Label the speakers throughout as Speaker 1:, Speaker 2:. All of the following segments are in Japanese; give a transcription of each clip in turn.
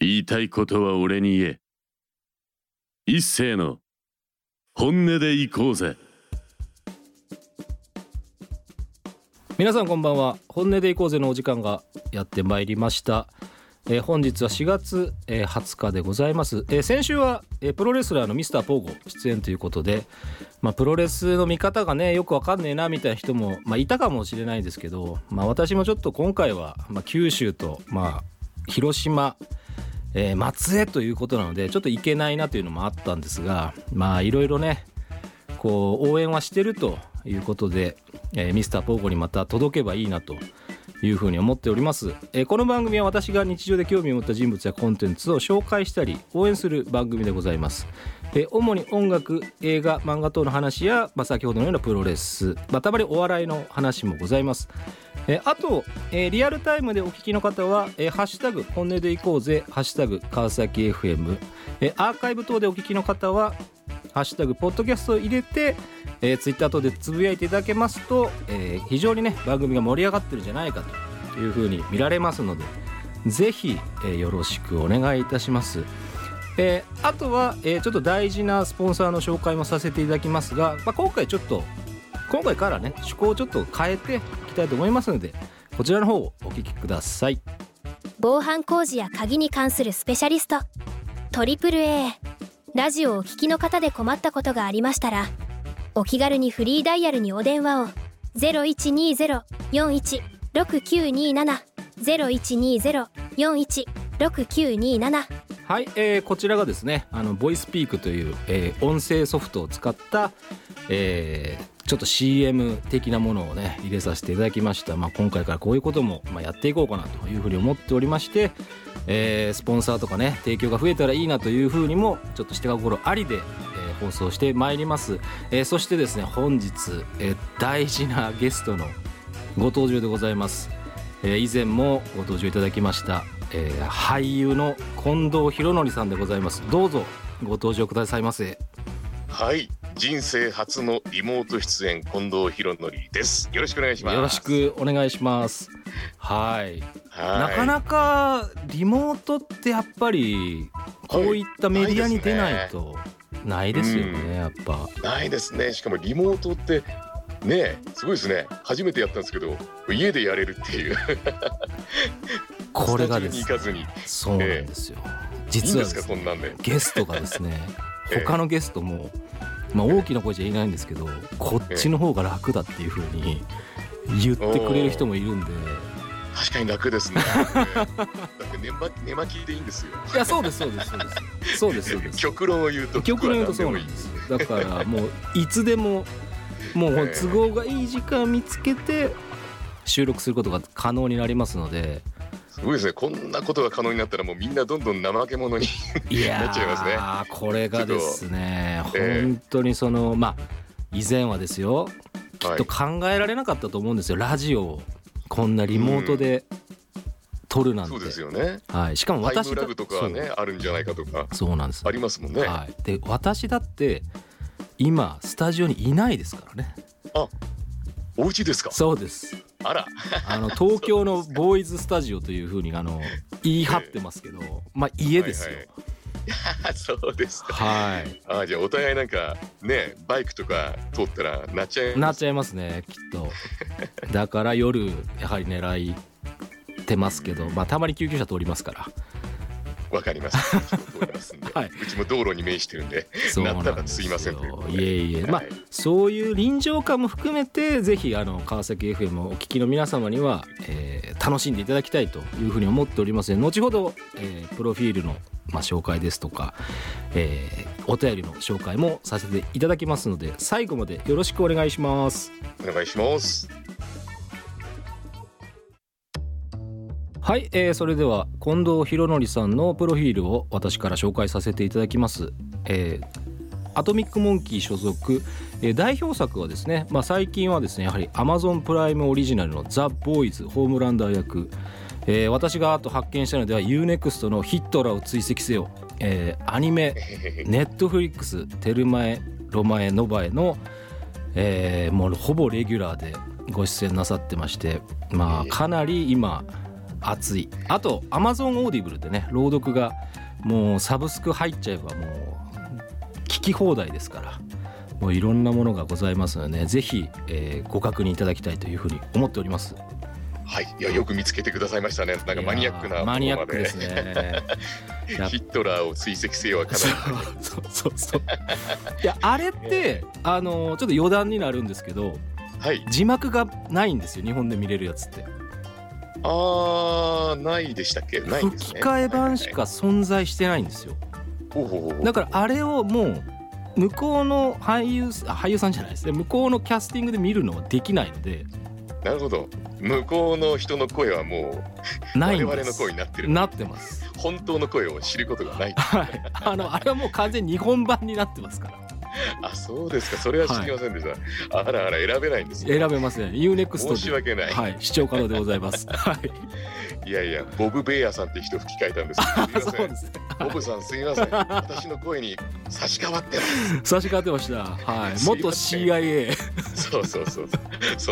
Speaker 1: 言いたいことは俺に言え。一斉の本音で行こうぜ。
Speaker 2: 皆さんこんばんは本音でいこうぜのお時間がやってまいりました、えー本日は4月、えー20日でございます、えー先週は、えープロレスラーのミスターポーゴ出演ということで、まあ、プロレスの見方がねよくわかんねえなみたいな人も、まあ、いたかもしれないですけど、まあ、私もちょっと今回は、まあ、九州と、まあ、広島えー松江ということなのでちょっと行けないなというのもあったんですがまあいろいろねこう応援はしてるということで、えーミスターポーゴにまた届けばいいなというふうに思っております、えーこの番組は私が日常で興味を持った人物やコンテンツを紹介したり応援する番組でございます、えー主に音楽映画漫画等の話や、まあ、先ほどのようなプロレス、まあ、たまにお笑いの話もございますえーあと、えーリアルタイムでお聞きの方は「えーハッシュタグ本音でいこうぜ」「ハッシュタグ川崎 FM」えーアーカイブ等でお聞きの方は「ハッシュタグポッドキャスト」を入れて、えー、ツイッター等でつぶやいていただけますと、えー非常にね番組が盛り上がってるんじゃないかというふうに見られますのでぜひ、えーよろしくお願いいたします。えーあとは、えーちょっと大事なスポンサーの紹介もさせていただきますが、まあ、今回ちょっと今回からね趣向をちょっと変えていきたいと思いますのでこちらの方をお聞きください
Speaker 3: 防犯工事や鍵に関するスペシャリストトリプル a ラジオをお聞きの方で困ったことがありましたらお気軽にフリーダイヤルにお電話を0120-416927 0120-416927
Speaker 2: はい、えーこちらがですねあのボイスピークという、えー音声ソフトを使った、えーちょっと CM 的なものをね入れさせていただきました、まあ、今回からこういうことも、まあ、やっていこうかなというふうに思っておりまして、えースポンサーとかね提供が増えたらいいなというふうにもちょっとして心ありで、えー放送してまいります、えーそしてですね本日、えー大事なゲストのご登場でございます、えー以前もご登場いただきました、えー俳優の近藤博則さんでございますどうぞご登場くださいませ
Speaker 4: はい、人生初のリモート出演近藤博則です。よろしくお願いします。
Speaker 2: よろし。くお願いしますはい
Speaker 4: はい。
Speaker 2: なかなかリモートってやっぱりこういったメディアに出ないとないですよ
Speaker 4: うん
Speaker 2: ねやっぱ
Speaker 4: ないですね。しかもリモートって。ねえすごいですね初めてやったんですけど家でやれるっていう
Speaker 2: これがで
Speaker 4: ス
Speaker 2: す
Speaker 4: タジオに行か
Speaker 2: そうなんですよ
Speaker 4: ずにいいん
Speaker 2: 実
Speaker 4: で
Speaker 2: は
Speaker 4: す
Speaker 2: で
Speaker 4: か
Speaker 2: す
Speaker 4: こんなんで
Speaker 2: ゲストがですね
Speaker 4: ええ
Speaker 2: 他のゲストも、まあ、大きな声じゃ言えないんですけどこっちの方が楽だっていう風に言ってくれる人もいるんで
Speaker 4: 確かに楽で すねだって寝巻き寝巻きでいいんですよ
Speaker 2: いやそうですそうですそうですそうですそうです
Speaker 4: 極論を言うと
Speaker 2: 極論言うと
Speaker 4: 僕
Speaker 2: そう
Speaker 4: は
Speaker 2: なん
Speaker 4: 何でもい
Speaker 2: で
Speaker 4: い
Speaker 2: すよだからもういつでももう都合がいい時間見つけて収録することが可能になりますの です
Speaker 4: ごいですねこんなことが可能になったらもうみんなどんどん怠け者に
Speaker 2: いやー
Speaker 4: なっちゃいますね
Speaker 2: これがですね
Speaker 4: ちょっとええ
Speaker 2: 本当にそのまあ以前はですよきっ
Speaker 4: はい
Speaker 2: と考えられなかったと思うんですよラジオをこんなリモートで撮るなんて、
Speaker 4: そうですよね
Speaker 2: はい、しかも
Speaker 4: タイ
Speaker 2: 私
Speaker 4: ムラグとかねあるんじゃないかとか
Speaker 2: そうそうなんです
Speaker 4: ありますもんね、
Speaker 2: はい、で私だって今スタジオにいないですからね
Speaker 4: お家ですか
Speaker 2: そうです
Speaker 4: あら
Speaker 2: あの東京のボーイズスタジオというふうにあの言い張ってますけど、まあ、家ですよ
Speaker 4: はいはいそうですか。
Speaker 2: はい、
Speaker 4: あじゃあお互いなんかねバイクとか通ったらなっちゃい
Speaker 2: な
Speaker 4: ま
Speaker 2: っ
Speaker 4: す
Speaker 2: ちゃいますねきっとだから夜やはり狙いてますけど、まあ、たまに救急車通りますから
Speaker 4: わかります。うちも通りますんで
Speaker 2: はいう
Speaker 4: ちも道路に面してるんで。
Speaker 2: そうなん
Speaker 4: なったら
Speaker 2: ですす
Speaker 4: い
Speaker 2: よ
Speaker 4: ませんということで
Speaker 2: いえいえ、まあ
Speaker 4: はい
Speaker 2: そういう臨場感も含めてぜひあの川崎 FM をお聞きの皆様には、えー楽しんでいただきたいというふうに思っておりますので後ほど、えープロフィールの、まあ、紹介ですとか、えーお便りの紹介もさせていただきますので最後までよろしくお願いします。
Speaker 4: お願いします。
Speaker 2: はい、えーそれでは近藤博則さんのプロフィールを私から紹介させていただきます。えーアトミックモンキー所属、えー代表作はですね、まあ、最近はですねやはり Amazon プライムオリジナルの「ザ・ボーイズホームランダー役」えー私があと発見したのでは UNEXT の「ヒットラーを追跡せよ」えーアニメネットフリックス「テルマエ・ロマエ・ノバエの」えーもうほぼレギュラーでご出演なさってましてまあかなり今熱いあと Amazon オーディブルでね朗読がもうサブスク入っちゃえばもう聞き放題ですからもういろんなものがございますのでぜひ、えーご確認いただきたいというふうに思っております
Speaker 4: はい、いやよく見つけてくださいましたね。なんかマニアック
Speaker 2: いや
Speaker 4: な
Speaker 2: ー
Speaker 4: も
Speaker 2: マニア
Speaker 4: の
Speaker 2: ッ
Speaker 4: ま
Speaker 2: ク
Speaker 4: で
Speaker 2: ですね やっ
Speaker 4: ヒットラーを追跡せよはか
Speaker 2: そう
Speaker 4: なり
Speaker 2: そうそうそういやあれってあのちょっと余談になるんですけど
Speaker 4: はい。
Speaker 2: 字幕がないんですよ日本で見れるやつって
Speaker 4: あーないでしたっけ？ないんです
Speaker 2: 吹き
Speaker 4: ね。
Speaker 2: 替え版しか存在してないんですよ
Speaker 4: はいはいはい。ほうほうほう
Speaker 2: だからあれをもう向こうの俳優さんあ俳優さんじゃないですね向こうのキャスティングで見るのはできないので
Speaker 4: なるほど。向こうの人の声はもう
Speaker 2: ないん
Speaker 4: 我々
Speaker 2: で
Speaker 4: の
Speaker 2: す
Speaker 4: 声になってる。
Speaker 2: なってます
Speaker 4: 本当の声を知ることがない。
Speaker 2: はいあのあれはもう完全に日本版になってますから
Speaker 4: あそうですか。それは知りませんでした。あらあら選べないんですね。
Speaker 2: 選べません UNEXT
Speaker 4: 申し
Speaker 2: で
Speaker 4: 訳ない。
Speaker 2: はい視聴可能でござい ますはい
Speaker 4: いやいやボブベイヤーさんって人吹き替えた んです。すみま
Speaker 2: そう
Speaker 4: せん
Speaker 2: で。すね
Speaker 4: ボブさんすみません。私の声に差し替わってます。
Speaker 2: 差し替わってましたはい
Speaker 4: すいません
Speaker 2: 元 CIA
Speaker 4: そうそうそうそう。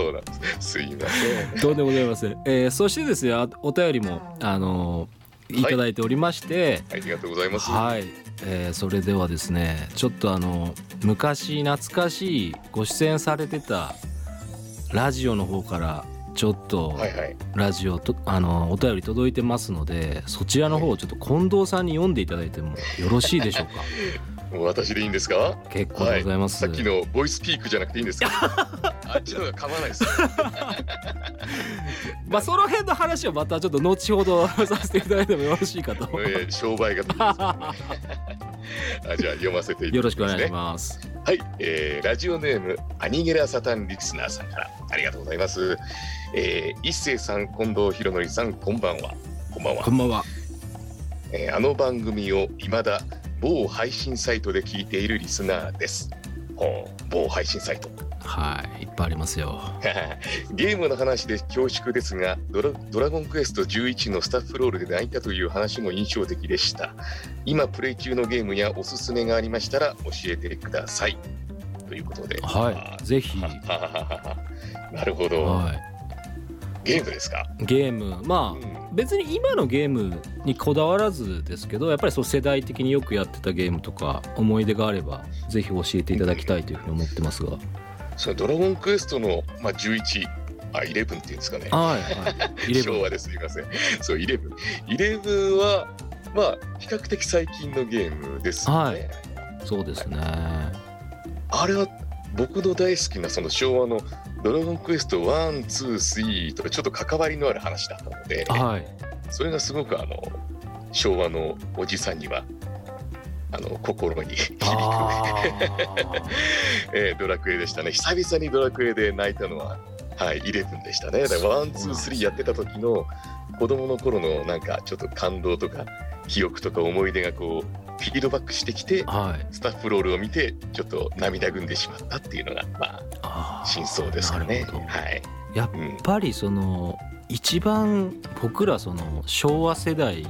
Speaker 4: そうなんです。すいません。
Speaker 2: どうでもございません、えー、そしてですねあお便りもあのーいただいておりまして、
Speaker 4: ありがとうございます。
Speaker 2: はい、えーそれではですねちょっとあの昔懐かしいご出演されてたラジオの方からちょっと
Speaker 4: はいはい。
Speaker 2: ラジオと、あのお便り届いてますのでそちらの方をちょっと近藤さんに読んでいただいてもよろしいで しょうか
Speaker 4: もう私でいいんですか？
Speaker 2: 結構でございます、
Speaker 4: さっきのボイスピークじゃなくていいん ですか？あっちの方が構わないです。
Speaker 2: まあその辺の話はまたちょっと後ほどさせていただいてもよろしいかと
Speaker 4: えー 商売が得意ですからねあじゃあ読ませていた
Speaker 2: よろ
Speaker 4: だ
Speaker 2: し
Speaker 4: き
Speaker 2: くお
Speaker 4: ます
Speaker 2: 願い
Speaker 4: ね
Speaker 2: します
Speaker 4: はい、えーラジオネームアニゲラサタンリスナーさんからありがとうございます、えー一星さん近藤博則さんこんばんはこんばんは
Speaker 2: こんばんは
Speaker 4: えーあの番組を未だ某配信サイトで聞いているリスナーですほう某配信サイト
Speaker 2: はいいっぱいありますよ
Speaker 4: ゲームの話で恐縮ですがドラドラゴンクエスト11のスタッフロールで泣いたという話も印象的でした今プレイ中のゲームやおすすめがありましたら教えてくださいということで
Speaker 2: はいぜひ
Speaker 4: あははははなるほど
Speaker 2: は
Speaker 4: ゲームですか、
Speaker 2: いゲームまあ、
Speaker 4: うん
Speaker 2: 別に今のゲームにこだわらずですけどやっぱりそう世代的によくやってたゲームとか思い出があればぜひ教えていただきたいというふうに思ってますがはい
Speaker 4: そのドラゴンクエストの、まあ、11あ11っていうんですかね
Speaker 2: はい入れ
Speaker 4: 昭和ですみません。 そう、イレブン。イレブンは、まあ、比較的最近のゲームですよね。
Speaker 2: はいそうですね
Speaker 4: あれは、僕の大好きなその昭和のドラゴンクエスト1、2、3とちょっと関わりのある話だったので、
Speaker 2: はい
Speaker 4: それがすごくあの、昭和のおじさんには、あの、心に響 く、
Speaker 2: あ
Speaker 4: えードラクエでしたね。久々にドラクエで泣いたのは、はい、イレブンでしたね。だから、ワン、ツー、スリーやってた時の子供の頃のなんかちょっと感動とか記憶とか思い出がこうフィードバックしてきて
Speaker 2: ーはい
Speaker 4: スタッフロールを見てちょっと涙ぐんでしまったっていうのがま
Speaker 2: あ
Speaker 4: あ
Speaker 2: ー
Speaker 4: 真相ですか
Speaker 2: な
Speaker 4: ね
Speaker 2: るほど。やっ
Speaker 4: はい。
Speaker 2: やっ
Speaker 4: うん。
Speaker 2: ぱりその一番僕らその昭和世代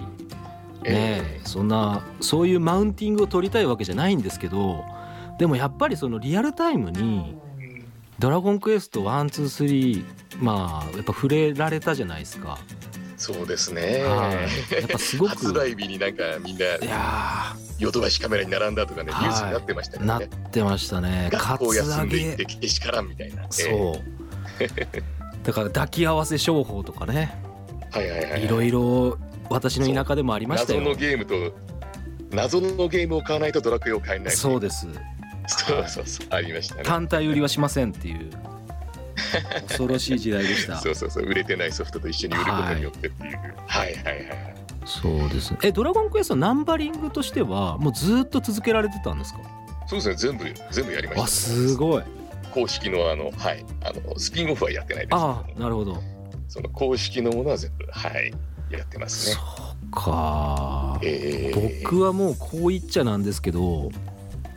Speaker 2: ね、
Speaker 4: え
Speaker 2: そんなそういうマウンティングを取りたいわけじゃないんですけどでもやっぱりそのリアルタイムにドラゴンクエスト123まあやっぱ触れられたじゃないですか、
Speaker 4: そうですね。
Speaker 2: はいやっぱすごく
Speaker 4: 発売日になんかみんない
Speaker 2: や
Speaker 4: ヨドバシカメラに並んだとかねニ
Speaker 2: はい
Speaker 4: ュースになってました
Speaker 2: ー
Speaker 4: よ
Speaker 2: なっ
Speaker 4: ね。
Speaker 2: てましたねカ
Speaker 4: 学校
Speaker 2: ツア
Speaker 4: 休んで行っ
Speaker 2: ゲ
Speaker 4: てけしからんみたいな。え
Speaker 2: そうだから抱き合わせ商法とかね
Speaker 4: えはいはいはいはい。
Speaker 2: いろいろ私の田舎でもありました
Speaker 4: 謎の
Speaker 2: よ
Speaker 4: ゲームと謎のゲームを買わないとドラクエを買えない。
Speaker 2: そうです
Speaker 4: そうそうそうありましたね。
Speaker 2: 単体売りはしませんっていう恐ろしい時代で した
Speaker 4: そうそうそう売れてないソフトと一緒に売ることによってっていう。はい、はい、はいはい。
Speaker 2: そうですねえドラゴンクエストナンバリングとしてはもうずっと続けられてたんですか
Speaker 4: そうですね全部全部やりました。
Speaker 2: あすごい
Speaker 4: 公式のあのはいあのスピンオフはやってないですけど
Speaker 2: ああなるほど
Speaker 4: その公式のものは全部はいやってます
Speaker 2: そ
Speaker 4: ね。
Speaker 2: うか、
Speaker 4: えー、
Speaker 2: 僕はもうこう言っちゃなんですけども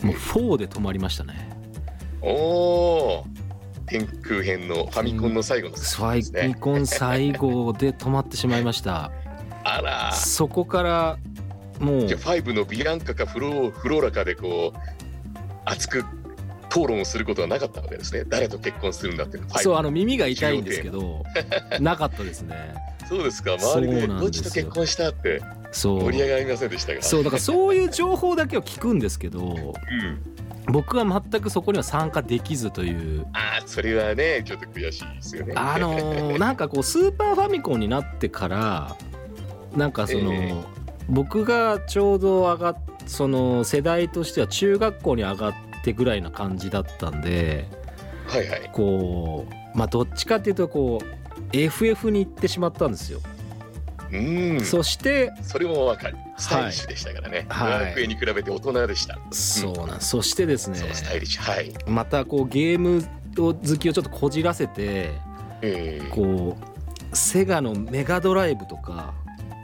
Speaker 2: う4で止まりましたね
Speaker 4: おお天空編のファミコンの最後の
Speaker 2: フ
Speaker 4: 作品です
Speaker 2: ァミ
Speaker 4: ね。
Speaker 2: コン最後で止まってしまいました
Speaker 4: あらー
Speaker 2: そこからもう
Speaker 4: じゃあファイブのビアンカかフローフローラかでこう熱く討論をすることはなかったわけですね。誰と結婚するんだっていうのはファイブ
Speaker 2: そうあの耳が痛いんですけどなかったですね
Speaker 4: そうそうですか周り
Speaker 2: そ
Speaker 4: で
Speaker 2: うなんですよ
Speaker 4: ゴチと結婚したって
Speaker 2: そ
Speaker 4: 盛
Speaker 2: う
Speaker 4: り上がりませんでしたが
Speaker 2: そうだからそういう情報だけを聞くんですけど
Speaker 4: うん、
Speaker 2: 僕は全くそこには参加できずという
Speaker 4: ああそれはねちょっと悔しいですよね
Speaker 2: あのーなんかこうスーパーファミコンになってからなんかその、
Speaker 4: ええ
Speaker 2: 僕がちょうど上がっその世代としては中学校に上がってぐらいな感じだったんで
Speaker 4: はいはい
Speaker 2: こうまあどっちかっていうとこう FF に行ってしまったんですよ、
Speaker 4: うん
Speaker 2: そ
Speaker 4: そ
Speaker 2: して
Speaker 4: れもわかるスタイリッシュでしたからね、
Speaker 2: はい
Speaker 4: ドラクエに比べて大人でした、
Speaker 2: そうなんそしてですね
Speaker 4: そうスタイリッシュはい、
Speaker 2: またこうゲームを好きをちょっとこじらせて
Speaker 4: えー
Speaker 2: こうセガのメガドライブとか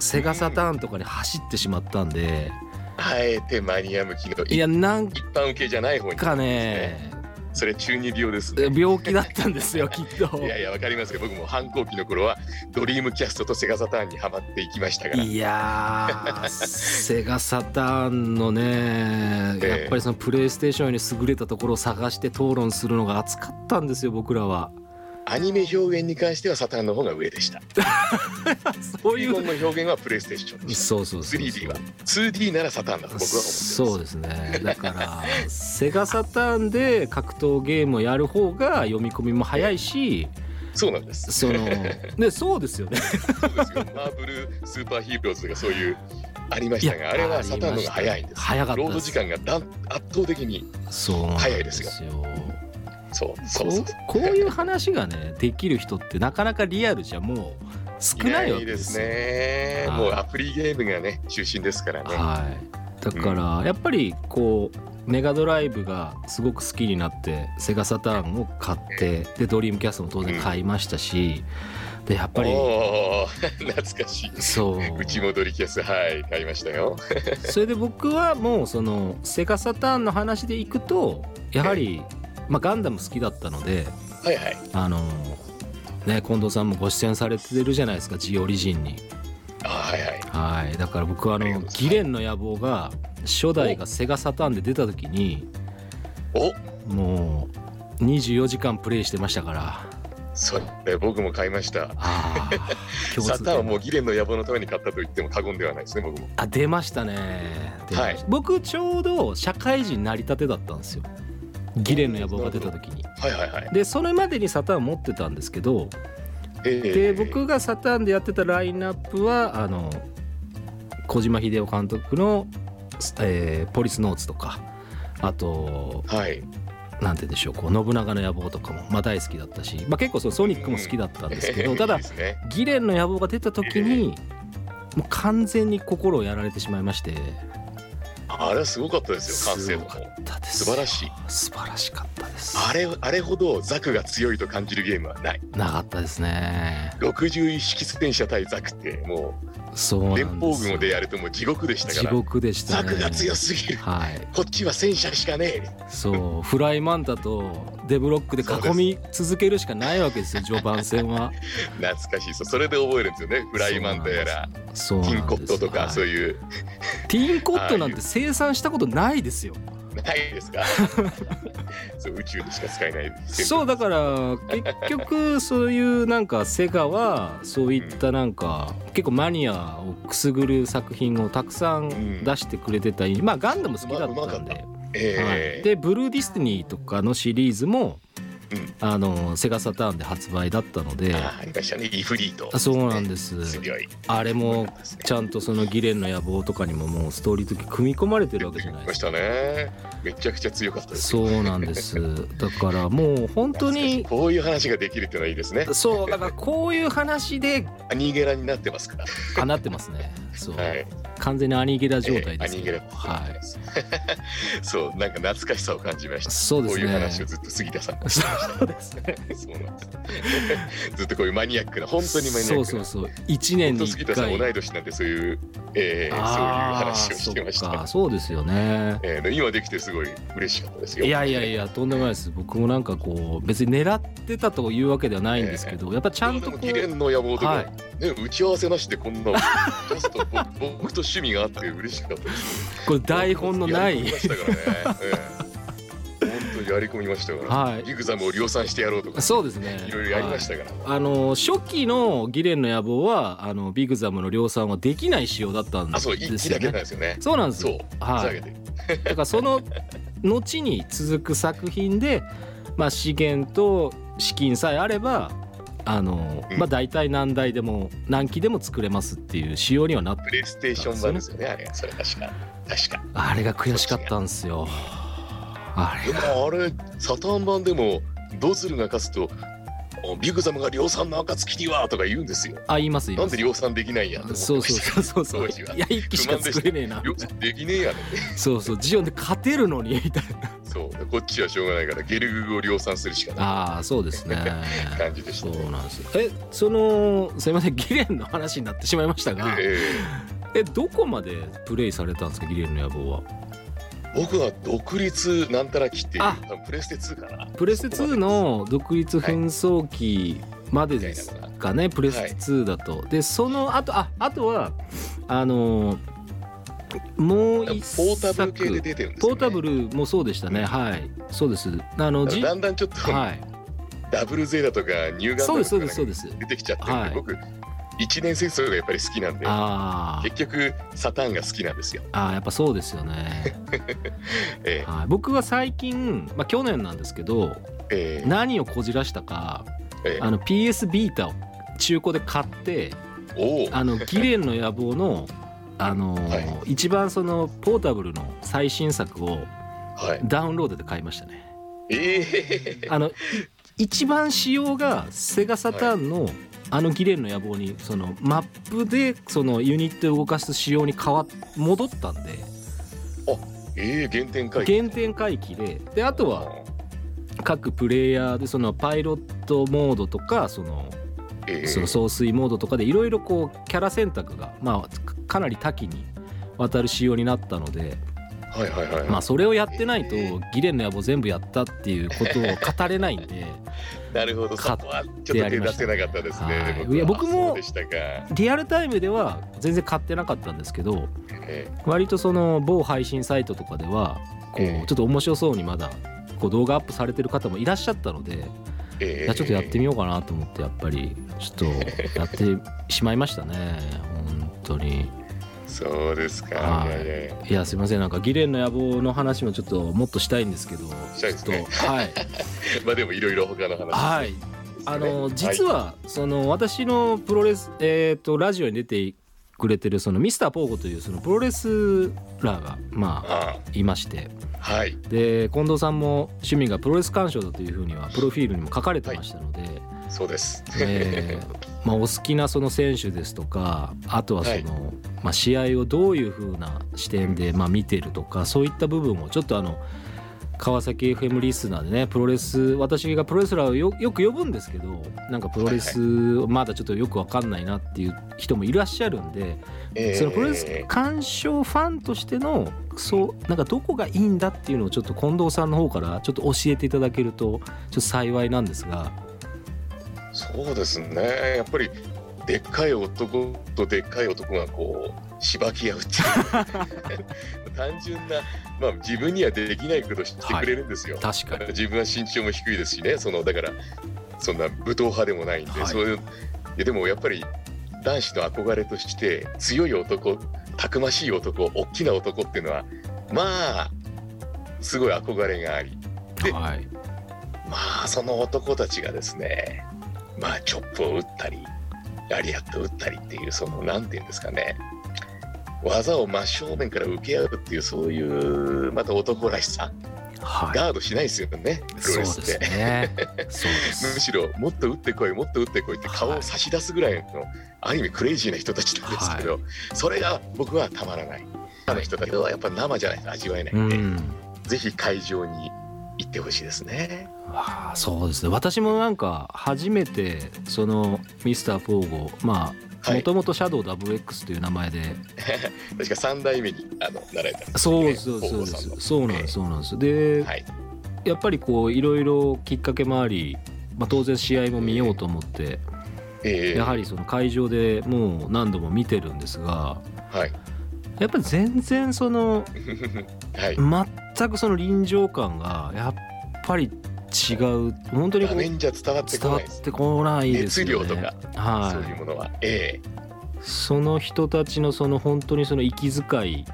Speaker 2: セガサターンとかに走ってしまったんで、
Speaker 4: あえてマニア向きの
Speaker 2: いやなん
Speaker 4: 一般受けじゃない方に
Speaker 2: かね
Speaker 4: それ中二病ですね
Speaker 2: 病気だったんです よきっと
Speaker 4: いやいやわかりますけど僕も反抗期の頃はドリームキャストとセガサターンにハマっていきましたから
Speaker 2: いやーセガサターンのね
Speaker 4: ええ
Speaker 2: やっぱりそのプレイステーションより優れたところを探して討論するのが熱かったんですよ僕ら は
Speaker 4: アニメ表現に関してはサターンの方が上でした
Speaker 2: そうい
Speaker 4: 日本
Speaker 2: う
Speaker 4: の表現はプレイステーションでした
Speaker 2: そうそうそう
Speaker 4: 3D は 2D ならサターンだと僕は思ってます
Speaker 2: そうですねだからセガサターンで格闘ゲームをやる方が読み込みも早いし
Speaker 4: そうなんです
Speaker 2: そのでそうですよね
Speaker 4: そうですよマーブルスーパーヒーローズがそういうありました
Speaker 2: い
Speaker 4: が
Speaker 2: や
Speaker 4: あれはサターンの方が早いんです
Speaker 2: 早かったです
Speaker 4: ロード時間がだん圧倒的に
Speaker 2: そうなん
Speaker 4: 早いですよそうそうそう
Speaker 2: こうこういう話がねできる人ってなかなかリアルじゃもう少ないわけですよ。
Speaker 4: ですね
Speaker 2: はい
Speaker 4: もうアプリゲームがね中心ですからね
Speaker 2: はい、だからやっぱりこうメガドライブがすごく好きになってセガサターンを買ってでドリームキャストも当然買いましたしでやっぱり
Speaker 4: おー 懐かしい
Speaker 2: そう
Speaker 4: うちもドリキャスはい買いましたよ
Speaker 2: それで僕はもうそのセガサターンの話でいくとやはり、まあ、ガンダム好きだったので
Speaker 4: はいはい
Speaker 2: あのね近藤さんもご出演されてるじゃないですか G オリジンに。
Speaker 4: あはいはい
Speaker 2: はい、だから僕はあ
Speaker 4: ありが
Speaker 2: の
Speaker 4: とうござい
Speaker 2: ギ
Speaker 4: ます
Speaker 2: レンの野望が初代がセガサターンで出た時に
Speaker 4: お
Speaker 2: もう24時間プレイしてましたから
Speaker 4: それ僕も買いました
Speaker 2: あ ー共
Speaker 4: サ
Speaker 2: 通
Speaker 4: ターンは
Speaker 2: 点
Speaker 4: もうギレンの野望のために買ったと言っても過言ではないですね僕も
Speaker 2: あ出ましたね出ました
Speaker 4: はい
Speaker 2: 僕ちょうど社会人なりたてだったんですよギレンの野望が出た時に
Speaker 4: はいはいはい
Speaker 2: でそれまでにサターン持ってたんですけど
Speaker 4: え
Speaker 2: で
Speaker 4: ー
Speaker 2: 僕がサターンでやってたラインナップはあの小島秀夫監督の、えーポリスノーツ」とかあと
Speaker 4: はい
Speaker 2: なんて言うんでしょうこう信長の野望とかも、まあ、大好きだったし、まあ、結構そのソニックも好きだったんですけど、た
Speaker 4: い
Speaker 2: だ
Speaker 4: いですね
Speaker 2: ギレンの野望が出た時に、もう完全に心をやられてしまいまして
Speaker 4: あれはすごかったですよ完成
Speaker 2: す
Speaker 4: 度
Speaker 2: ご
Speaker 4: も
Speaker 2: かったです
Speaker 4: 素晴らしい
Speaker 2: 素晴らしかったです
Speaker 4: あれあれほどザクが強いと感じるゲームはない
Speaker 2: なかったですね
Speaker 4: 61式戦車対ザクっても
Speaker 2: そう
Speaker 4: う
Speaker 2: な
Speaker 4: 連
Speaker 2: んで
Speaker 4: 邦
Speaker 2: す
Speaker 4: 軍
Speaker 2: よ
Speaker 4: をでやるともう地獄でした
Speaker 2: 地
Speaker 4: から
Speaker 2: 獄でした
Speaker 4: ザ
Speaker 2: ね
Speaker 4: クが強すぎる
Speaker 2: はい
Speaker 4: こっちは戦車しかねえ
Speaker 2: そうフライマンタとデブロックで囲み続けるしかないわけ ですよ序盤戦は
Speaker 4: 懐かしいそうそれで覚えるんですよねフライマンタやら
Speaker 2: そう
Speaker 4: テ
Speaker 2: な
Speaker 4: ィン
Speaker 2: ん
Speaker 4: コ
Speaker 2: で
Speaker 4: ッ
Speaker 2: す
Speaker 4: トとかそう
Speaker 2: う
Speaker 4: いう
Speaker 2: ティンコットなんて生産したことないですよ
Speaker 4: ないですか そう宇宙でしか使えない
Speaker 2: そうだから結局そういうなんかセガはそういったなんか結構マニアをくすぐる作品をたくさん出してくれてたりまあガンダム好きだったんで、はい
Speaker 4: ええ
Speaker 2: でブルーディスティニーとかのシリーズも、
Speaker 4: うん
Speaker 2: あのセガサターンで発売だったので
Speaker 4: あありましたねイフリート
Speaker 2: あそうなんです
Speaker 4: 強い
Speaker 2: あれも
Speaker 4: ですね
Speaker 2: ちゃんとそのギレンの野望とかにももうストーリーとして組み込まれてるわけじゃない
Speaker 4: ま
Speaker 2: で
Speaker 4: し
Speaker 2: すか
Speaker 4: たねめちゃくちゃ強かったです
Speaker 2: そうなんです だからもう本当に
Speaker 4: こういう話ができるっていうのはいいですね
Speaker 2: そうだからこういう話で
Speaker 4: アニゲラになってますから
Speaker 2: あなってますね。そう、
Speaker 4: はい
Speaker 2: 完全にアニゲラ状態です
Speaker 4: ええアニ
Speaker 2: け
Speaker 4: ゲ
Speaker 2: ど、
Speaker 4: ラ
Speaker 2: は
Speaker 4: で
Speaker 2: い。
Speaker 4: す そうなんか懐かしさを感じました
Speaker 2: そうです
Speaker 4: こう
Speaker 2: ね。
Speaker 4: いう話をずっと杉田さんがしてました
Speaker 2: そう ですね。
Speaker 4: そうなんです ずっとこういうマニアックな本当にマニアックな
Speaker 2: そうそうそう。一年
Speaker 4: 本当
Speaker 2: に
Speaker 4: 杉
Speaker 2: 一
Speaker 4: 田さん
Speaker 2: 回。
Speaker 4: 同い年なんでそういう、えーそういう話をしてまし
Speaker 2: あーそっか
Speaker 4: た、
Speaker 2: そうですよね。
Speaker 4: えー今できてすごい嬉しかったですよ
Speaker 2: いやいやいやとんでもないです。僕もなんかこう別に狙ってたというわけではないんですけど、やっぱちゃんとこ
Speaker 4: 議連
Speaker 2: う。
Speaker 4: の野望とか、
Speaker 2: はい
Speaker 4: ね、打ち合わせなしでこんな ジャスト僕僕と趣味があって嬉しかったです
Speaker 2: これ台本のな
Speaker 4: や
Speaker 2: い
Speaker 4: り込みましたからね、ええ本当にややり込みましたから、
Speaker 2: はい
Speaker 4: ギグザムを量産してやろうとか
Speaker 2: そうですね
Speaker 4: いろいろやりましたから、
Speaker 2: あの初期のギレンの野望はあのビグザムの量産はできない仕様だったんで
Speaker 4: あ
Speaker 2: す
Speaker 4: そう
Speaker 2: よ
Speaker 4: 一機だけなん
Speaker 2: ね。
Speaker 4: ですよね
Speaker 2: そうなんです
Speaker 4: そう
Speaker 2: よ。は
Speaker 4: 下
Speaker 2: い
Speaker 4: げ。て
Speaker 2: だからその後に続く作品で、まあ資源と資金さえあれば、あの
Speaker 4: うん
Speaker 2: まあ大体何台でも何機でも作れますっていう仕様にはなって、
Speaker 4: プレイステーション版ですよねあれそれ確か確か
Speaker 2: あれが悔しかったんですよ。あれ
Speaker 4: でもあれサターン版でもドズルが勝つとあビグザムが量産の暁にはとか言うんですよ
Speaker 2: あ言います言い
Speaker 4: な
Speaker 2: ま
Speaker 4: ん
Speaker 2: す
Speaker 4: で。量産できないんやと思って
Speaker 2: そうそうそうそう
Speaker 4: 当
Speaker 2: そ
Speaker 4: 時
Speaker 2: う。
Speaker 4: はい
Speaker 2: や一機しか作れねえな。
Speaker 4: 量産できねえやね
Speaker 2: そうそうジオンで勝てるのにみたいな。
Speaker 4: そうでこっちはしょうがないからゲルググを量産するしかな
Speaker 2: ああそうですね。
Speaker 4: い 感じでし
Speaker 2: そ
Speaker 4: た、
Speaker 2: うなんですよ。え、そのすいませんギレンの話になってしまいましたが、
Speaker 4: え
Speaker 2: えどこまでプレイされたんですかギレンの野望は。
Speaker 4: え僕は独立なんたらきっていう
Speaker 2: あ
Speaker 4: 多分プレステ2かな
Speaker 2: プレステ2の独立紛争期までですかね、プレステ2だと。でその後ああとはあのーもう
Speaker 4: ポ
Speaker 2: 一
Speaker 4: ータブル系で
Speaker 2: 作。
Speaker 4: 出てるんです
Speaker 2: ポ
Speaker 4: よ、
Speaker 2: ー
Speaker 4: ね、
Speaker 2: タブルもそうでしたね、はいそうですあのじ
Speaker 4: だんだんちょっと、
Speaker 2: はい
Speaker 4: ダブルゼータとか乳がんだと
Speaker 2: そう
Speaker 4: か
Speaker 2: ですそうですそうです
Speaker 4: ね出てきちゃってるんで、
Speaker 2: はい
Speaker 4: 僕一年戦争がやっぱり好きなんで
Speaker 2: あー
Speaker 4: 結局サターンが好きなんですよ、
Speaker 2: あーやっぱそうですよね
Speaker 4: え
Speaker 2: はい、僕は最近、まあ、去年なんですけど
Speaker 4: えええ
Speaker 2: 何をこじらしたか
Speaker 4: ええ
Speaker 2: あの PS ビータを中古で買って
Speaker 4: おお
Speaker 2: あのギレンの野望 の、あのー一番そのポータブルの最新作を
Speaker 4: はい
Speaker 2: ダウンロードで買いましたね。
Speaker 4: ええ
Speaker 2: あのい一番仕様がセガサターンの、あのギレンの野望にそのマップでそのユニットを動かす仕様に変わっ戻ったんで
Speaker 4: ええ原点回帰
Speaker 2: 原点回帰でであとは各プレイヤーでそのパイロットモードとかその
Speaker 4: ええ
Speaker 2: その送水モードとかでいろいろこうキャラ選択がまあかかなり多岐にわたる仕様になったので
Speaker 4: はいはいはい、
Speaker 2: まあそれをやってないと
Speaker 4: えー
Speaker 2: ギレンの野望全部やったっていうことを語れないん で
Speaker 4: なるほど
Speaker 2: 買
Speaker 4: そ
Speaker 2: っ
Speaker 4: こはちょっと手出せなかったです
Speaker 2: やりました
Speaker 4: ね
Speaker 2: はい
Speaker 4: はい
Speaker 2: や僕も
Speaker 4: そうでしたか、
Speaker 2: リアルタイムでは全然買ってなかったんですけど
Speaker 4: え
Speaker 2: 割とその某配信サイトとかではこう
Speaker 4: えー
Speaker 2: ちょっと面白そうにまだこう動画アップされてる方もいらっしゃったので
Speaker 4: ええ
Speaker 2: い
Speaker 4: え
Speaker 2: やちょっとやってみようかなと思ってやっぱりち ょっとやってしまいましたね本当に。
Speaker 4: そうですか、
Speaker 2: はい
Speaker 4: いやいやいや
Speaker 2: いやすいませんなんかギレンの野望の話もちょっともっとしたいんですけど
Speaker 4: したいですね
Speaker 2: ちょっと はい
Speaker 4: まあでもいろいろ他の話
Speaker 2: はい
Speaker 4: です
Speaker 2: あ
Speaker 4: よね
Speaker 2: の実は、その私のプロレスえっ、とラジオに出てくれてるそのミスターポーゴというそのプロレスラーがまあ
Speaker 4: はい
Speaker 2: まして
Speaker 4: あはい
Speaker 2: で近藤さんも趣味がプロレス鑑賞だというふうにはプロフィールにも書かれてましたので、
Speaker 4: そうです
Speaker 2: えーまあ、お好きなその選手ですとかあとはその、まあ、試合をどういうふうな視点で、まあ、見てるとかそういった部分をちょっとあの川崎 FM リスナーでねプロレス私がプロレスラーをよよく呼ぶんですけどなんかプロレスまだちょっとよくわかんないなっていう人もいらっしゃるんで、
Speaker 4: ええ
Speaker 2: そのプロレス鑑賞ファンとしてのそうなんかどこがいいんだっていうのをちょっと近藤さんの方からちょっと教えていただけるとちょっと幸いなんですが。
Speaker 4: そうですねやっぱりでっかい男とでっかい男がこうしばき合うって いう単純な、まあ、自分にはできないことをしてくれるんですよ、
Speaker 2: 確かに
Speaker 4: 自分は身長も低いですしねそのだからそんな武闘派でもないんで、
Speaker 2: はい
Speaker 4: そういういやでもやっぱり男子の憧れとして強い男たくましい男大きな男っていうのはまあすごい憧れがありで
Speaker 2: はい、
Speaker 4: まあその男たちがですねまあチョップを打ったりラリアットを打ったりっていうそのなんて言うんですかね技を真正面から受け合うっていうそういうまた男らしさ
Speaker 2: はい、
Speaker 4: ガードしないですよねプロレスって。
Speaker 2: ね。そうで
Speaker 4: む
Speaker 2: す。
Speaker 4: しろもっと打ってこいもっと打ってこいって顔を差し出すぐらいの、ある意味クレイジーな人たちなんですけど、それが僕はたまらない他の人だけどやっぱ生じゃないと味わえない
Speaker 2: うん
Speaker 4: で、
Speaker 2: ん。
Speaker 4: ぜひ会場に行ってほしいですね。
Speaker 2: わあ、そうですね。私もなんか初めてそのミスターポーゴ、まあ
Speaker 4: は
Speaker 2: も
Speaker 4: い、
Speaker 2: ともとシャドウ WX という名前で、
Speaker 4: 確か三代目にあのなられたんです
Speaker 2: そ
Speaker 4: よ
Speaker 2: う
Speaker 4: ね
Speaker 2: ですそうですそうで
Speaker 4: 大久保さんの
Speaker 2: す。そうなんですそうなんです。で、
Speaker 4: はい、
Speaker 2: やっぱりこういろいろきっかけもあり。まあ、当然試合も見ようと思って、
Speaker 4: ええ
Speaker 2: やはりその会場でもう何度も見てるんですが
Speaker 4: はい
Speaker 2: やっぱり全然その
Speaker 4: はい
Speaker 2: 全くその臨場感がやっぱり違う本当にこ
Speaker 4: 画
Speaker 2: う
Speaker 4: 面じゃ伝わって
Speaker 2: 伝
Speaker 4: こ
Speaker 2: わ
Speaker 4: ないです
Speaker 2: ってこないですよね
Speaker 4: 熱量とかそう
Speaker 2: は
Speaker 4: いうものはええ
Speaker 2: いその人たちのその本当にその息遣い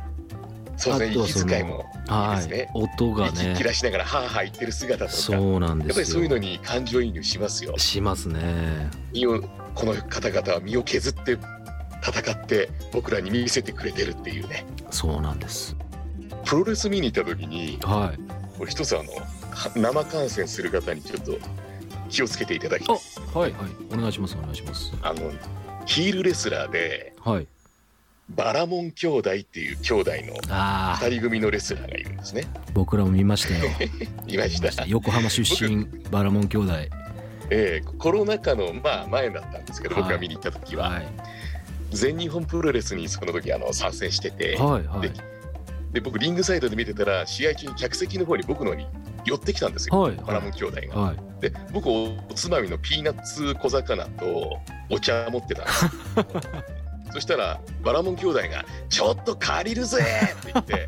Speaker 4: そうで
Speaker 2: あ
Speaker 4: すね
Speaker 2: とはその
Speaker 4: 息遣いもいい
Speaker 2: はい
Speaker 4: ですね
Speaker 2: 音が
Speaker 4: 息
Speaker 2: ね
Speaker 4: 切らしながらハーハー言ってる姿とかやっ
Speaker 2: そうなんで
Speaker 4: ぱり
Speaker 2: す
Speaker 4: そう
Speaker 2: よ
Speaker 4: いうのに感情移入しますよ
Speaker 2: しますね
Speaker 4: 身をこの方々は身を削って戦って僕らに見せてくれてるっていうね
Speaker 2: そうなんです
Speaker 4: プロレス見に行った時に
Speaker 2: はい
Speaker 4: これ一つあのか生観戦する方にちょっと気をつけていただきたい
Speaker 2: あはいはいお願いしますお願いします
Speaker 4: あのヒールレスラーで
Speaker 2: はい
Speaker 4: バラモン兄弟っていう兄弟の
Speaker 2: ああ
Speaker 4: 二人組のレスラーがいるんですね
Speaker 2: 僕らも見ましたよ
Speaker 4: いました
Speaker 2: 横浜出身バラモン兄弟
Speaker 4: えーコロナ禍のまあ前だったんですけど、
Speaker 2: はい
Speaker 4: 僕が見に行った時は、
Speaker 2: はい
Speaker 4: 全日本プロレスにその時あの参戦してて、
Speaker 2: はいはい
Speaker 4: でで僕リングサイドで見てたら試合中に客席の方に僕の方に寄ってきたんですよ、
Speaker 2: はい
Speaker 4: バラモン兄弟が。
Speaker 2: はい
Speaker 4: で僕おつまみのピーナッツ小魚とお茶持ってたんです よそしたらバラモン兄弟が「ちょっと借りるぜ!」って言って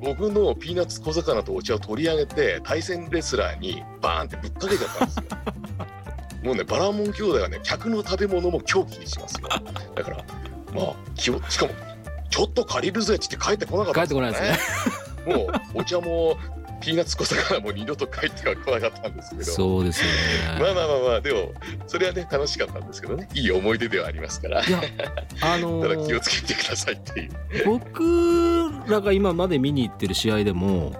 Speaker 4: 僕のピーナッツ小魚とお茶を取り上げて対戦レスラーにバーンってぶっかけちゃったんですよ もうねバラモン兄弟はね客の食べ物も狂気にしますよだからまあ気をしかも「ちょっと借りるぜ」って言って帰ってこなかったんよ
Speaker 2: 帰って
Speaker 4: もうお茶もピーナッツ小魚も二度と帰っては来なかったんですけ ど
Speaker 2: そうですよ
Speaker 4: ま
Speaker 2: ね。
Speaker 4: あまあまあまあでもそれはね楽しかったんですけどねいい思い出ではありますから
Speaker 2: いや、あの
Speaker 4: ただ気を
Speaker 2: ー、
Speaker 4: つけてくださいっていう、
Speaker 2: 僕らが今まで見に行ってる試合でも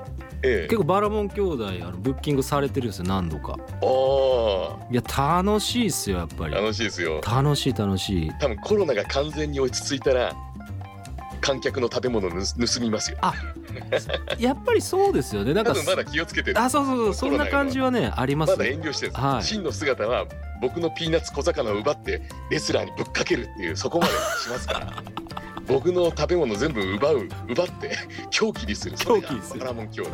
Speaker 4: ええ
Speaker 2: 結構バラモン兄弟あのブッキングされてるんですよ何度か。
Speaker 4: あ
Speaker 2: いや楽しいっすよやっぱ
Speaker 4: あ
Speaker 2: り。
Speaker 4: 楽しいですよ
Speaker 2: 楽しい楽しい。
Speaker 4: 多分コロナが完全に落ち着いたら観客の食べ物を盗盗みますよ
Speaker 2: やっぱりそうですよね。なんか
Speaker 4: 多分まだ気をつけてる
Speaker 2: あそうそうそうそんな感じはねありま
Speaker 4: ますだ遠
Speaker 2: ね。
Speaker 4: 慮してるんです、
Speaker 2: はい
Speaker 4: 真の姿は僕のピーナッツ小魚を奪ってレスラーにぶっかけるっていうそこまでしますから 僕の食べ物全部奪う奪って狂気にするそれ
Speaker 2: 狂
Speaker 4: が
Speaker 2: 気にする
Speaker 4: バラモン兄弟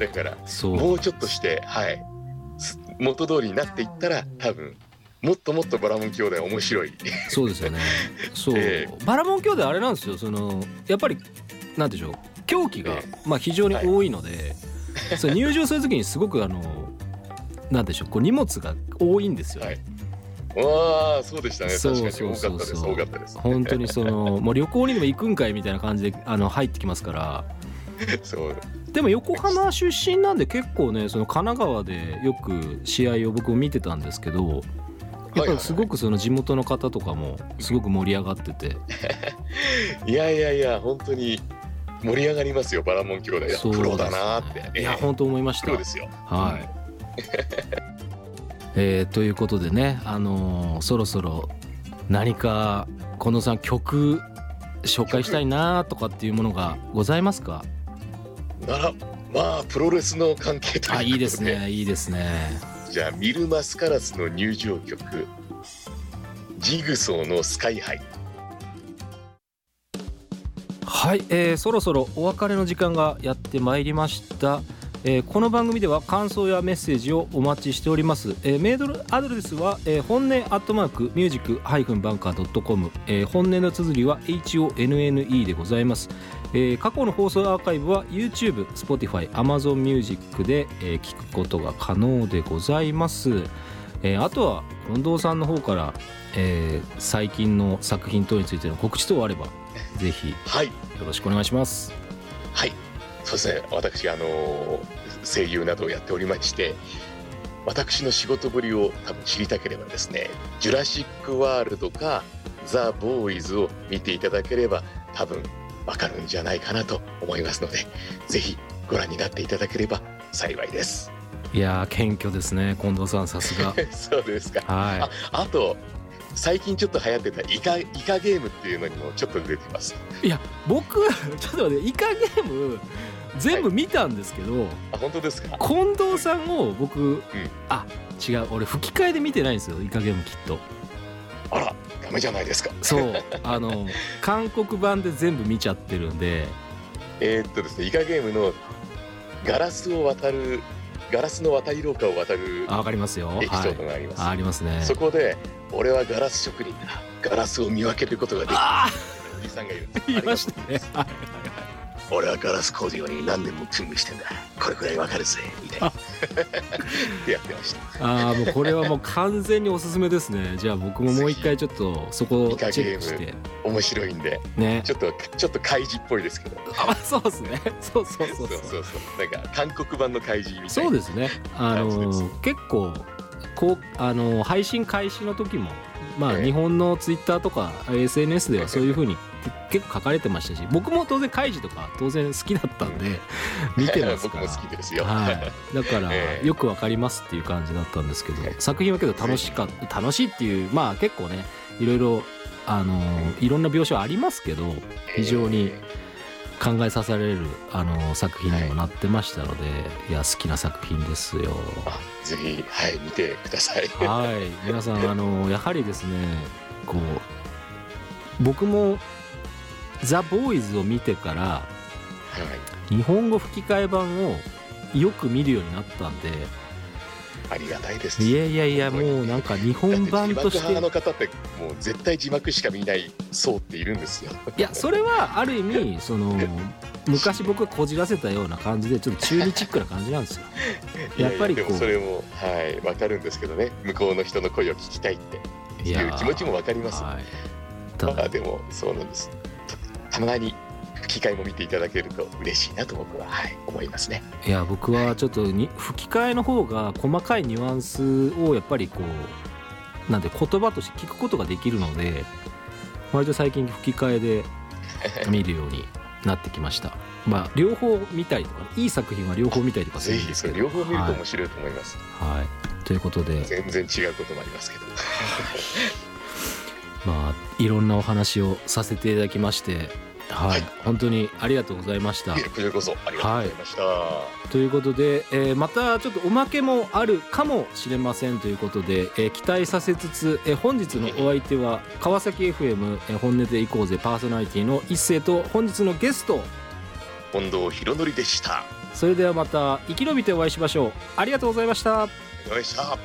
Speaker 4: だから
Speaker 2: そう
Speaker 4: もうちょっとして、はい、す元通りになっていったら多分もっともっとバラモン兄弟面白い
Speaker 2: そうですよね。そう、
Speaker 4: え
Speaker 2: バラモン兄弟あれなんですよそのやっぱりなんていうんでしょう狂気が
Speaker 4: え
Speaker 2: まあ非常に
Speaker 4: はい
Speaker 2: 多いので、 そう入場するときにすごくあのなんでしょうこう荷物が多いんですよね。
Speaker 4: はいわあそうでしたね
Speaker 2: そう
Speaker 4: 確かに
Speaker 2: そう
Speaker 4: 多
Speaker 2: そ
Speaker 4: か
Speaker 2: う
Speaker 4: ったです
Speaker 2: そう
Speaker 4: 多かったです
Speaker 2: 本当にそのもう旅行にでも行くんかいみたいな感じであの入ってきますから
Speaker 4: そう
Speaker 2: でも横浜出身なんで結構ねその神奈川でよく試合を僕も見てたんですけどやっぱりすごくその地元の方とかもすごく盛り上がってて
Speaker 4: いやいやいや本当に盛り上がりますよバラモン兄弟
Speaker 2: そう
Speaker 4: プロだなーっ
Speaker 2: で
Speaker 4: て
Speaker 2: すね、
Speaker 4: ええ
Speaker 2: いや本当思いまし
Speaker 4: プ
Speaker 2: た
Speaker 4: ロですよ
Speaker 2: はい えーということでねあのーそろそろ何か近藤さん曲紹介したいなとかっていうものがございますか
Speaker 4: ならまあプロレスの関係ということ
Speaker 2: あいいですねいいですね
Speaker 4: じゃあミルマスカラスの入場曲ジグソーのスカイハイ
Speaker 2: はい、えーそろそろお別れの時間がやってまいりました、えーこの番組では感想やメッセージをお待ちしております、えーメールアドレスは、えー本音アットマークミュージックハイフンバンカー .com、えー本音の綴りは HONNE でございます、えー過去の放送アーカイブは YouTube、Spotify、Amazon Music で、えー聞くことが可能でございます、えーあとは近藤さんの方から、えー最近の作品等についての告知等あればぜひ
Speaker 4: はい
Speaker 2: よろしくお願いします。
Speaker 4: はい、そうですね。私あの声優などをやっておりまして、私の仕事ぶりを多分知りたければですね、ジュラシックワールドかザボーイズを見ていただければ多分わかるんじゃないかなと思いますので、ぜひご覧になっていただければ幸いです。
Speaker 2: いやー謙虚ですね近藤さんさす が。
Speaker 4: そうですか。
Speaker 2: は
Speaker 4: あ、あと。最近ちょっと流行ってたイカイカゲームっていうのにもちょっと出てます。
Speaker 2: い。いや僕ちょっと待ってイカゲーム全部見たんですけど、
Speaker 4: あ、本当ですか。
Speaker 2: 近藤さんを僕、あ違う俺吹き替えで見てないんですよイカゲームきっと。
Speaker 4: あら、ダメじゃないですか。
Speaker 2: そうあの韓国版で全部見ちゃってるんで。
Speaker 4: えーっとですね、イカゲームのガラスを渡る、ガラスの渡り廊下を渡る
Speaker 2: あわかりますよ。は
Speaker 4: エ
Speaker 2: い
Speaker 4: ピソード。があります。
Speaker 2: ありますね。
Speaker 4: そこで、俺はガラス職人だ。ガラスを見分けることができる。
Speaker 2: あ
Speaker 4: おじさんがいるんです。
Speaker 2: ー言いましたね。はい
Speaker 4: 俺はガラス工業に何年も勤務してんだこれくらいわかるぜみたいなって やってました
Speaker 2: ああもうこれはもう完全におすすめですねじゃあ僕ももう一回ちょっとそこをチェックして
Speaker 4: 面白いんで
Speaker 2: ね
Speaker 4: ちょっとちょっと怪獣っぽいですけど
Speaker 2: あそうですねそうそうそ
Speaker 4: そ
Speaker 2: うう
Speaker 4: そう
Speaker 2: そう
Speaker 4: そうなんか韓国版の怪獣みたい
Speaker 2: そ
Speaker 4: な
Speaker 2: うですねあの
Speaker 4: 感じで
Speaker 2: ー結構こうあのー配信開始の時もまあ
Speaker 4: ええ
Speaker 2: 日本のツイッターとか SNS ではそういう風に結構書かれてましたし僕も当然カイジとか当然好きだったん で見てますから
Speaker 4: 僕も好きですよ、
Speaker 2: はい、だから
Speaker 4: ええ
Speaker 2: よくわかりますっていう感じだったんですけど、
Speaker 4: ええ
Speaker 2: 作品はけど楽しかった楽しいっていうまあ結構ねいろいろあのいろんな描写はありますけど非常に考えさせられるあの作品にもなってましたので、い、や好きな作品ですよ。
Speaker 4: あぜひはい見てください
Speaker 2: はい皆さんあのやはりですねこう僕も「ザ・ボーイズを見てから
Speaker 4: はい
Speaker 2: 日本語吹き替え版をよく見るようになったんで
Speaker 4: ありがたいです
Speaker 2: いやいやい やもうなんか日本版とし
Speaker 4: だって字幕派の
Speaker 2: て
Speaker 4: 方ってもう絶対字幕しか見ない層っているんですよ
Speaker 2: いやそれはある意味その昔僕がこじらせたような感じでちょっと中日チックな感じなんですよやっぱり
Speaker 4: いやい
Speaker 2: こ
Speaker 4: やでも
Speaker 2: う
Speaker 4: それもはいわかるんですけどね向こうの人の声を聞きたいって
Speaker 2: い
Speaker 4: い
Speaker 2: や
Speaker 4: う気持ちもわかります
Speaker 2: はいた
Speaker 4: まあ
Speaker 2: だ
Speaker 4: でもそうなんですたたまに吹き替えも見ていただけると嬉しいなと僕は、はい、思いますね
Speaker 2: いや僕はちょっとに吹き替えの方が細かいニュアンスをやっぱりこうなんて言葉として聞くことができるので割と最近吹き替えで見るようになってきましたまあ両方見たりとかねいい作品は両方見たりとかす
Speaker 4: ぜ
Speaker 2: るんで
Speaker 4: ひ
Speaker 2: す
Speaker 4: そ
Speaker 2: け
Speaker 4: れ
Speaker 2: ど
Speaker 4: 両方見ると
Speaker 2: はい
Speaker 4: 面白いと思います、
Speaker 2: はい、ということで
Speaker 4: 全然違うこともありますけど
Speaker 2: まあいろんなお話をさせていただきましてはい、
Speaker 4: はい
Speaker 2: 本当にありがとうございま した
Speaker 4: いやこちらこそありがとうございました、
Speaker 2: ということで、えーまたちょっとおまけもあるかもしれませんということで、えー期待させつつ、えー本日のお相手は川崎 FM、えー本音でいこうぜパーソナリティの一斉と本日のゲスト
Speaker 4: 近藤博則でしたあ
Speaker 2: それではまた生き延びてお会いしましょうありがとうございました
Speaker 4: りがとうございました